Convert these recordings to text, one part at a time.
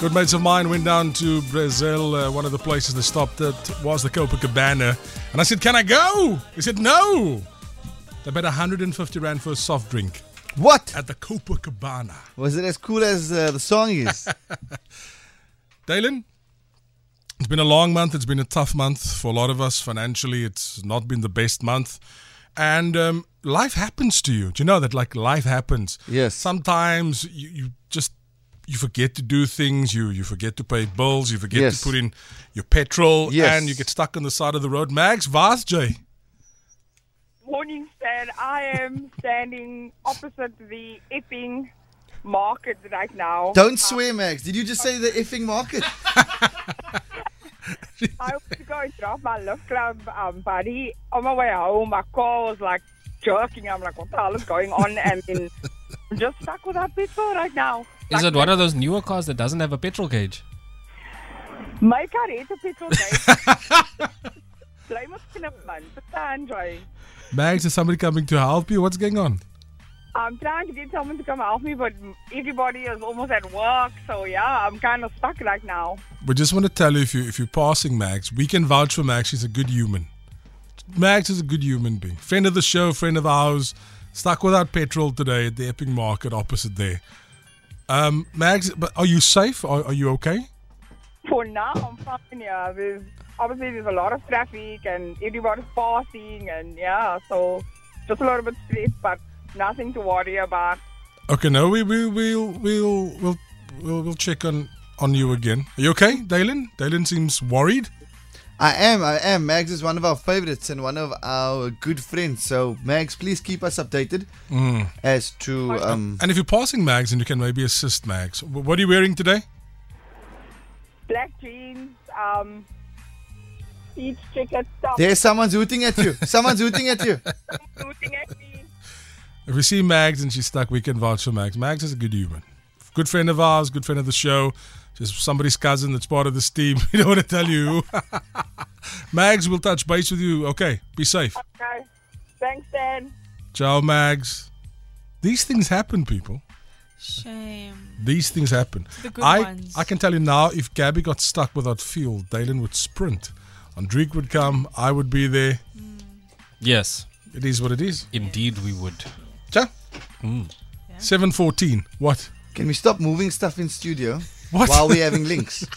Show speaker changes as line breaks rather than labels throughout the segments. Good mates of mine went down to Brazil. Uh, one of the places they stopped at was the Copacabana. And I said, Can I go? He said, No. They paid 150 Rand for a soft drink
What?
at the Copacabana.
Was it as cool as uh, the song is?
Dalen, it's been a long month. It's been a tough month for a lot of us financially. It's not been the best month. And um, life happens to you. Do you know that? Like, life happens.
Yes.
Sometimes you, you just. You forget to do things. You you forget to pay bills. You forget
Yes.
to put in your petrol,
Yes.
and you get stuck on the side of the road. Mags, Vaz, Jay.
Morning, Stan. I am standing opposite the Epping market right now.
Don't swear, Max. Did you just say the effing market?
I was to go and drop my lift club um, buddy. On my way home, my car was like jerking. I'm like, what the hell is going on? And then I'm just stuck with that petrol right now.
Is
like,
it one of those newer cars that doesn't have a petrol gauge?
My car is a petrol tank. Blame it in a month. Stan, Joy.
Mags, is somebody coming to help you? What's going on?
I'm trying to get someone to come help me, but everybody is almost at work. So, yeah, I'm kind of stuck right now.
We just want to tell you if you if you're passing Max, we can vouch for Max. She's a good human. Max is a good human being. Friend of the show, friend of ours. Stuck without petrol today at the Epping Market opposite there. Um, Max, but are you safe? Are, are you okay?
For now, I'm fine. Yeah, there's obviously there's a lot of traffic and everybody's passing, and yeah, so just a little bit stressed, but nothing to worry about.
Okay, no, we we we'll we'll we'll we'll, we'll check on on you again. Are you okay, Dalen? Dalen seems worried.
I am, I am. Mags is one of our favorites and one of our good friends. So, Mags, please keep us updated as to. Um,
And if you're passing Mags, and you can maybe assist Mags. Wh- What are you wearing today?
Black jeans, um, peach jacket, top
there's someone's hooting at you. Someone's hooting at you.
shooting at me.
If we see Mags and she's stuck, we can vouch for Mags. Mags is a good human. Good friend of ours, good friend of the show. She's somebody's cousin that's part of this team. We don't want to tell you. who. Mags, we'll touch base with you. Okay, be safe.
Okay, thanks, Dan.
Ciao, Mags. These things happen, people.
Shame.
These things happen.
The good
I,
ones.
I can tell you now, if Gabby got stuck without fuel, Dalen would sprint. Andrique would come. I would be there.
Yes,
It is what it is.
indeed we would.
Ciao.
Hmm.
7.14. What?
Can we stop moving stuff in studio
What?
while we're having links?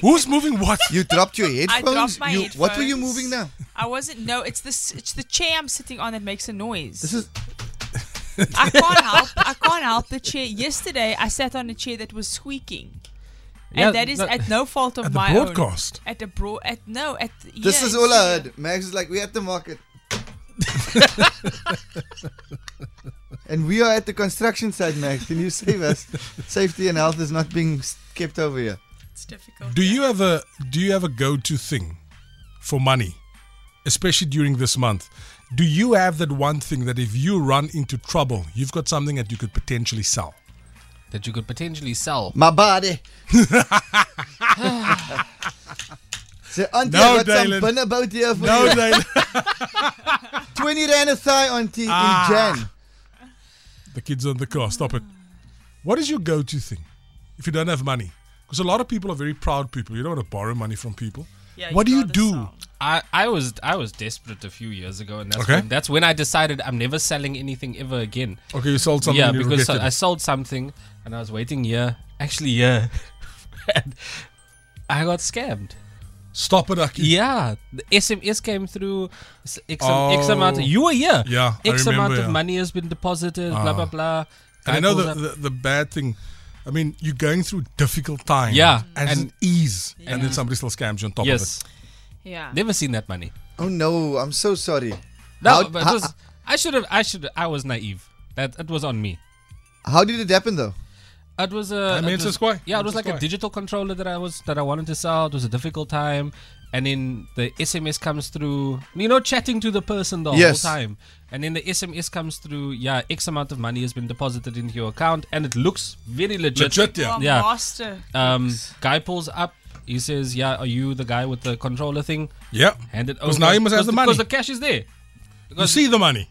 Who's moving what?
You dropped your
I
headphones.
dropped my
you,
headphones.
What were you moving now?
I wasn't. No, it's this. It's the chair I'm sitting on that makes a noise.
This is
I can't help. I can't help the chair. Yesterday, I sat on a chair that was squeaking, and
Yeah,
that is
no-
at no fault of
At the
my own.
broadcast.
At the broad. At no. At the-
this
here
is
in
all I
studio.
heard. Mags is like, we're at the market. and we are at the construction site, Max. Can you save us? Safety and health is not being s- kept over here.
It's difficult.
Do you have a do you have a go-to thing for money, especially during this month? Do you have that one thing that if you run into trouble, you've got something that you could potentially sell?
That you could potentially sell.
My body. so, auntie,
No,
I got
Dylan.
some bun about here for you.
Dalen.
20 rand a thigh, auntie,
Ah.
in Jan.
the kids on the car. Stop it. What is your go-to thing if you don't have money? Because a lot of people are very proud people. You don't want to borrow money from people.
Yeah,
what do you
you'd
do?
rather sell.
I, I was I was desperate a few years ago, and that's
Okay.
when, that's when I decided I'm never selling anything ever again.
Okay, you sold something.
yeah,
and you
because
regretted
I, I
it.
sold something, and I was waiting here. Actually, yeah, and I got scammed.
stop it, Aki.
Yeah, the SMS came through. s- X, X
Oh.
amount. you were here.
Yeah, I
X
remember,
amount of
yeah. Ah.
money has been deposited. Blah blah blah.
And I
Guy
know
calls
the,
up,
the, the bad thing. I mean, you're going through difficult times.
Yeah,
And,
and-
it's an ease. And then somebody still scams you on top of it.
yes,
Yeah.
never seen that money.
Oh, no. I'm so sorry.
No,
how,
but it
how-
was, I should have. I should. I was naive. That it was on me.
how did it happen, though?
It was a.
I mean,
it
it's
was-
a square.
Yeah, it
It's
was
a
like a
square.
digital controller that I was that I wanted to sell. It was a difficult time, and then the SMS comes through. You know, chatting to the person the
Yes.
whole time, and then the SMS comes through. Yeah, X amount of money has been deposited into your account, and it looks very legit.
Legit,
You
yeah.
are
Yeah.
Master.
Um, guy pulls up. He says, "Yeah, are you the guy with the controller thing?"
Yeah.
Hand it over.
Because now you must have the money.
Because the cash is there.
You
Because
see the money.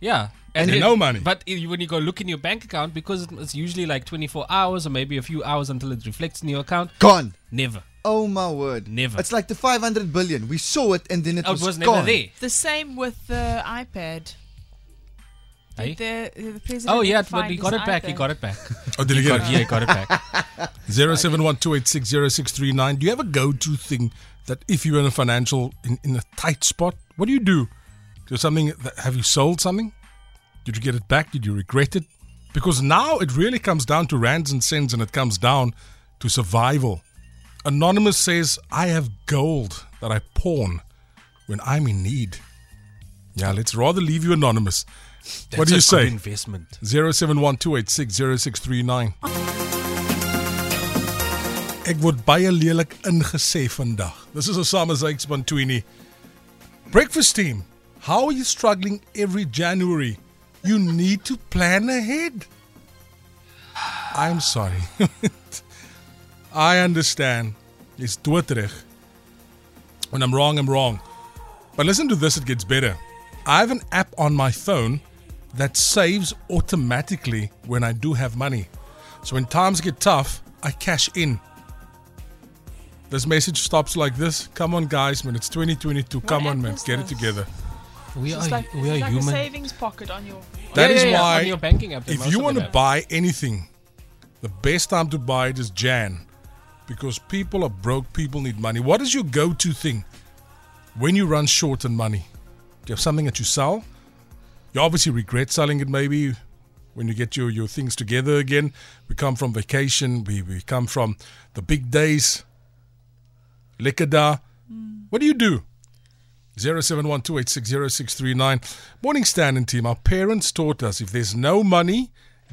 yeah, And
And
it-
no money.
But i- when you go look in your bank account, because it's usually like 24 hours or maybe a few hours until it reflects in your account,
Gone.
never.
Oh my word.
Never.
It's like the 500 billion. We saw it and then it
Oh, it
was,
was never
gone.
there.
The same with the iPad.
Eh?
Did the, the president
Oh, yeah,
ever
but
find
he got
his
it back. He
iPad?
got it back.
Oh, did you get
Got- yeah,
it?
he got it back.
Zero seven one two eight six zero six three nine. Do you have a go-to thing that if you're in a financial in, in a tight spot, what do you do? Do something? That, have you sold something? Did you get it back? Did you regret it? Because now it really comes down to rands and cents, and it comes down to survival. Anonymous says, "I have gold that I pawn when I'm in need." Yeah, let's rather leave you anonymous. what
That's
do
a
you say?
Good investment.
Zero seven one two eight six zero six three nine. Ek word baie lelik ingesê vandag. This is Osama Zaitz Bantwini. Breakfast team, how are you struggling every January? You need to plan ahead. I'm sorry. I understand. It's doodreg. When I'm wrong, I'm wrong. But listen to this, it gets better. I have an app on my phone that saves automatically when I do have money. So when times get tough, I cash in. This message stops like this. Come on, guys, man. It's 2022. Come
app
on, man.
is
Get it
this?
together.
We are,
It's like,
we are
it's like a
human.
savings pocket on your.
That is why
on your banking app. they
if
must
you
have
want to
it.
buy anything, the best time to buy it is Jan because people are broke, people need money. What is your go to thing when you run short on money? Do you have something that you sell? You obviously regret selling it maybe when you get your, your things together again. We come from vacation, we, we come from the big days. Likada.
Mm.
What do you do? 0712860639. Morning standing team, our parents taught us if there's no money,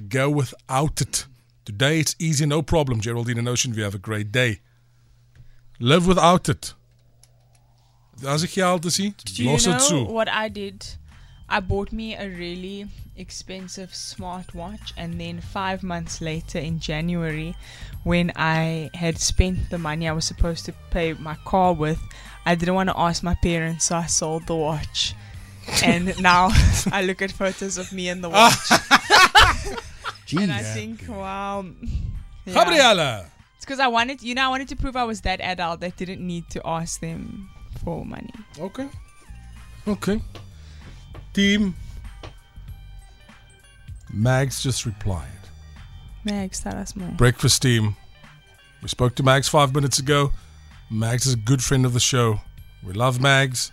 go without it. Today it's easy, no problem. Geraldine and Ocean, we have a great day. Live without it. As ek geld is nie,
Do you
los
know
dit so.
what I did? I bought me a really expensive smartwatch, and then five months later, in January, when I had spent the money I was supposed to pay my car with, I didn't want to ask my parents, so I sold the watch. And now I look at photos of me and the watch, and I think, wow. yeah.
Gabriella.
It's because I wanted, you know, I wanted to prove I was that adult that didn't need to ask them for money.
Okay. Okay. Team Mags just replied.
Mags, tell us more.
Breakfast team. We spoke to Mags five minutes ago. Mags is a good friend of the show. We love Mags.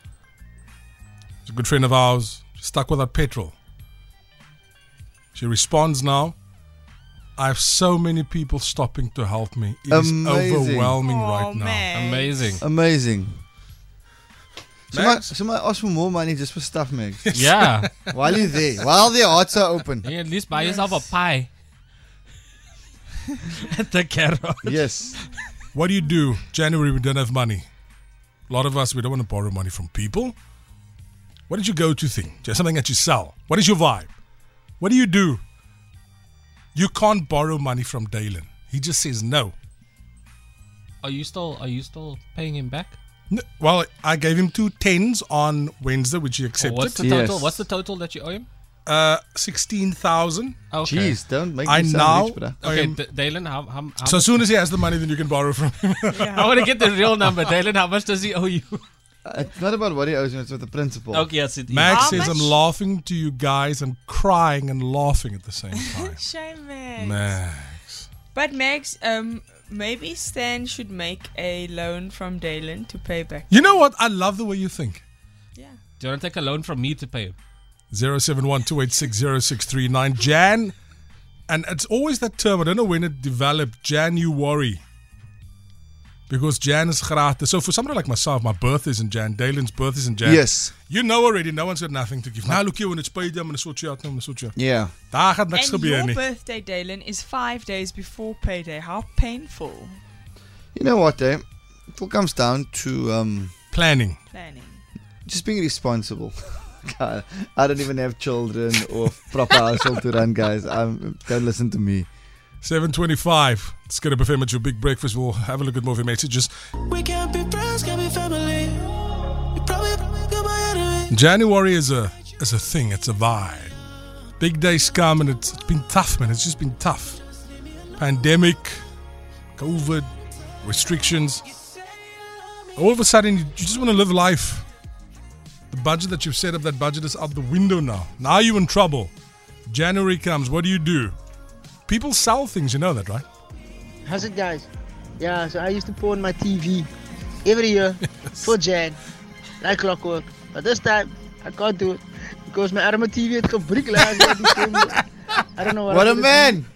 He's a good friend of ours. She's stuck without petrol. She responds now. I have so many people stopping to help me. It is
Amazing.
overwhelming
Oh,
right now.
Amazing.
Amazing. So my,
Max?
so my ask for more money just for stuff, Max.
yeah.
While you're there, while their hearts are open.
Yeah, At least buy yourself a pie. At the carrot.
Yes.
What do you do? January, we don't have money. A lot of us, we don't want to borrow money from people. What did you go to thing? Just something that you sell. What is your vibe? What do you do? You can't borrow money from Dalen. He just says no.
Are you still are you still paying him back?
N- Well, I gave him two tens on Wednesday, which he
Or what's
accepted.
the total?
Yes.
What's the total that you owe him?
Uh, 16,000.
Okay.
Jeez, don't make me
I
sound
now.
rich, but uh, I-
I
Okay,
am-
D- Dalen, how how, how
Um, so as soon as he has the money, then you can borrow from him.
I want to get the real number, Dalen. How much does he owe you?
It's not about what he owes me, it's about the principle.
okay, that's it.
Max
How
says,
much-
I'm laughing to you guys and crying and laughing at the same time.
Shame, Mags.
Max.
But Mags, um, maybe Stan should make a loan from Dalen to pay back.
You know what? I love the way you think.
Yeah.
Do you want to take a loan from me to pay him?
0712860639 Jan and it's always that term I don't know when it developed Jan you worry because Jan is gratis so for somebody like myself my birth is in Jan Dalen's birth is in Jan
Yes.
you know already no one's got nothing to give now look here when it's paid I'm going to sort you out I'm going to sort you out
Yeah.
daar gaat niks
and your
gebeur nie
birthday, Dalen, is five days before payday. How painful
You know what, eh? It all comes down to um,
planning
planning.
just being responsible. God, I don't even have children or proper household to run, guys. I'm, don't listen to me.
725 it's going to be at your big breakfast we'll have a look at more of your messages
We can't be friends, can't be family. You probably, probably got my enemy.
January is a is a thing. It's a vibe. Big days come and it's, it's been tough, man. It's just been tough. Pandemic, COVID, restrictions. All of a sudden, you you just want to live life. The budget that you've set up, that budget is out the window now. Now you're in trouble. January comes. What do you do? People sell things. You know that, right?
How's it, guys? Yeah, so I used to pawn my TV every year for Jan, like clockwork. But this time, I can't do it because my Arma TV had complete glass. I don't know what.
What
I'm
a
gonna
man!
do.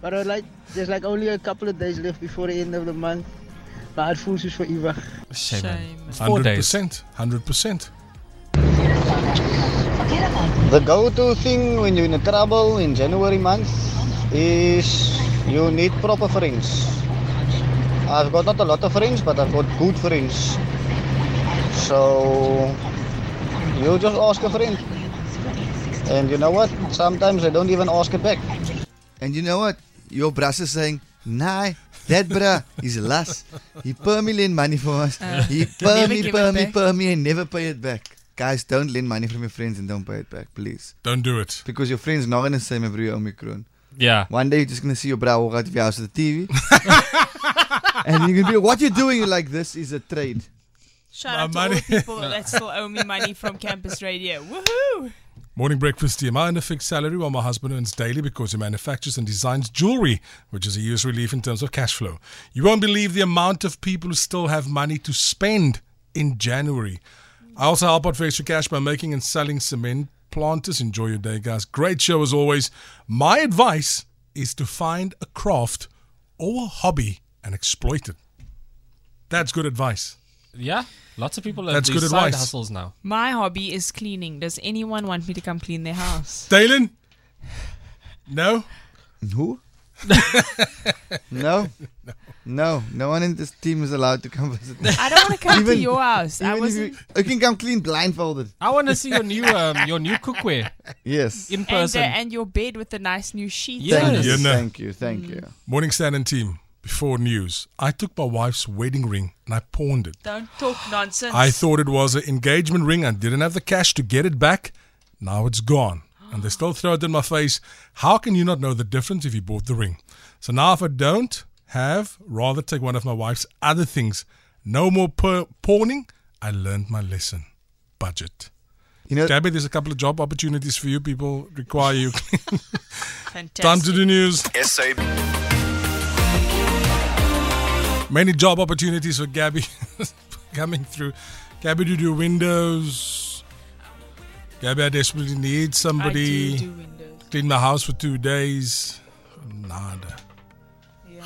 But I was like, there's like only a couple of days left before the end of the month. My heart voels is forever.
Shame. man.
Shame.
It's Four
Hundred
days.
percent. Hundred percent.
The go-to thing when you're in trouble in January month is you need proper friends. I've got not a lot of friends, but I've got good friends. So you just ask a friend. And you know what? Sometimes they don't even ask it back.
And you know what? Your brass is saying, nah, that bruh is last. He per me lend money for us. he per
Uh, never
me,
give
per
it
me,
back.
per me, and never pay it back. Guys, don't lend money from your friends and don't pay it back, please.
Don't do it.
Because your friends not gonna say every Omicron.
Yeah.
One day you're just gonna see your bra walk out of your house with the TV. and you're gonna be what you're doing You're like this is a trade.
Shout
My
out to all
money.
the people that still owe me money from Campus Radio. Woohoo!
Morning breakfast team. I earn a fixed salary while my husband earns daily because he manufactures and designs jewelry, which is a huge relief in terms of cash flow. You won't believe the amount of people who still have money to spend in January. I also help out for extra cash by making and selling cement planters. Enjoy your day, guys. Great show as always. My advice is to find a craft or a hobby and exploit it. That's good advice.
Yeah. Lots of people have
That's
these
good
side
advice.
hustles now.
My hobby is cleaning. Does anyone want me to come clean their house?
Dalen? No?
Who? no? No. No one in this team is allowed to come visit me.
I don't want to come to
Even-
your house. I
Even if
wasn't.
you, you can come clean blindfolded.
I want to see your new um, your new cookware
Yes.
in
And, uh,
person.
and your bed with the nice new sheets.
Yeah.
Thank
Yes.
you,
Yeah, no.
thank you, thank
Mm.
you.
Morning Stan and team, before news, I took my wife's wedding ring and I pawned it.
Don't talk nonsense.
I thought it was an engagement ring and didn't have the cash to get it back. Now it's gone. And they still throw it in my face. How can you not know the difference if you bought the ring? So now if I don't have, rather take one of my wife's other things. No more pa- pawning. I learned my lesson. Budget.
You know,
Gabby, there's a couple of job opportunities for you. People require you.
Fantastic.
Time to do news.
SAB.
Many job opportunities for Gabby coming through. Gabby, do you do windows? Gabby, I desperately need
I do
somebody.
do windows.
Clean my house for two days. Nada.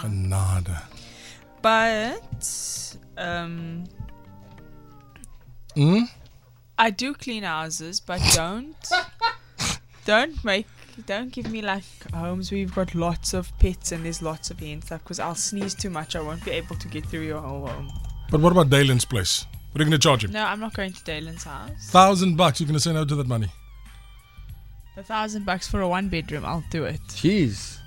Nada.
But um,
Hmm?
I do clean houses, but don't don't make don't give me like homes where you've got lots of pets and there's lots of hair and stuff because I'll sneeze too much. I won't be able to get through your whole home.
But what about Dalen's place? What are you going to charge him?
No, I'm not going to Dalen's house.
Thousand bucks. You're going to say no to that money.
A thousand bucks for a one bedroom, I'll do it.
jeez.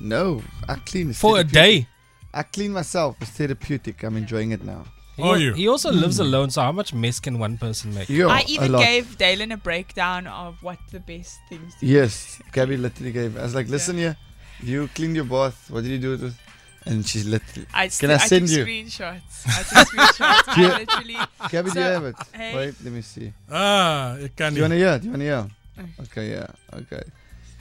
No, I clean. is
for a
therapeutic.
day.
I clean myself. It's therapeutic. I'm enjoying it now.
He
Are
al-
you? Hmm.
He also lives alone, so how much mess can one person make?
Yo,
I
a
even
lot.
gave Dalen a breakdown of what the best things. To
Yes, Gabby literally gave. I was like, listen here, you cleaned your bath. What did you do with it? And she's literally.
I
Can I
st-
send
took
you?
screenshots. I took screenshots. I literally.
Gabby, do you
So,
have it?
hey.
Wait, let me see.
Ah, it can
Do you want to hear? Do you want to hear? Okay, yeah, okay.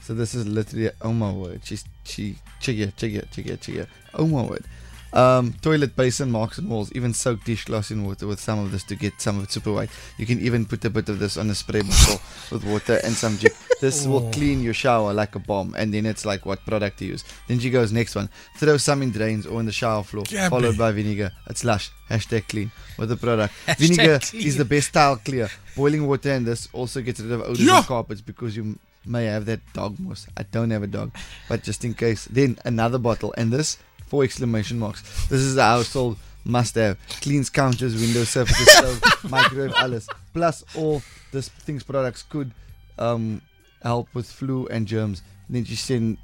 So this is literally. Oh my word. She's she. Check it, check it, check it, check it. Oh my word. Um, toilet basin marks and walls. Even soak dishcloths in water with some of this to get some of it super white. You can even put a bit of this on a spray bottle with water and some jig. This will clean your shower like a bomb. And then it's like what product to use. Then she goes next one. Throw some in drains or in the shower floor,
Gabby.
followed by vinegar. It's lush. Hashtag clean with the product. vinegar is the best tile clear. Boiling water and this also gets rid of odors
Yeah.
on carpets because you m- may have that dog moss. I don't have a dog, but just in case. Then another bottle and this four exclamation marks. This is a household must have. Cleans counters, window surfaces, stove, microwave, alles. Plus all this things products could um, help with flu and germs. Then she send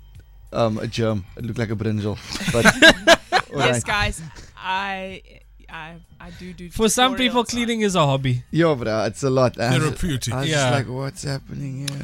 um, a germ. It looked like a brinjal, but
Yes,
alright.
guys. I I I do do.
For some
tutorials
people,
on-
cleaning is a hobby.
Yo, bro, it's a lot. I was-
Therapeutic.
I was
Yeah.
just like, what's happening here?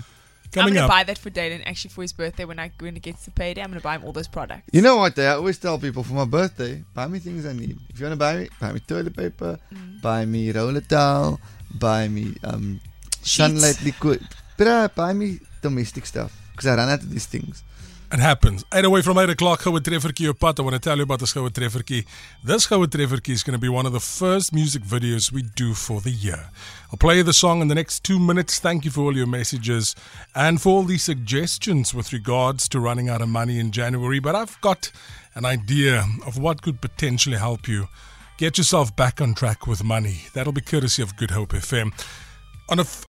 I'm
Coming
gonna
up.
buy that for Dayton actually for his birthday when I when it gets to payday. I'm gonna buy him all those products.
You know what, Dad? I always tell people for my birthday, buy me things I need. If you want to buy me, buy me toilet paper, buy me roller towel, buy me um, sunlight liquid. Bruh, buy me domestic stuff because I ran out of these things.
It happens. Eight away from eight o'clock, Gouden Trefferkie op pad. I want to tell you about this Gouden Trefferkie. This Gouden Trefferkie is going to be one of the first music videos we do for the year. I'll play you the song in the next two minutes. Thank you for all your messages and for all the suggestions with regards to running out of money in January. But I've got an idea of what could potentially help you get yourself back on track with money. That'll be courtesy of Good Hope FM. On a, f-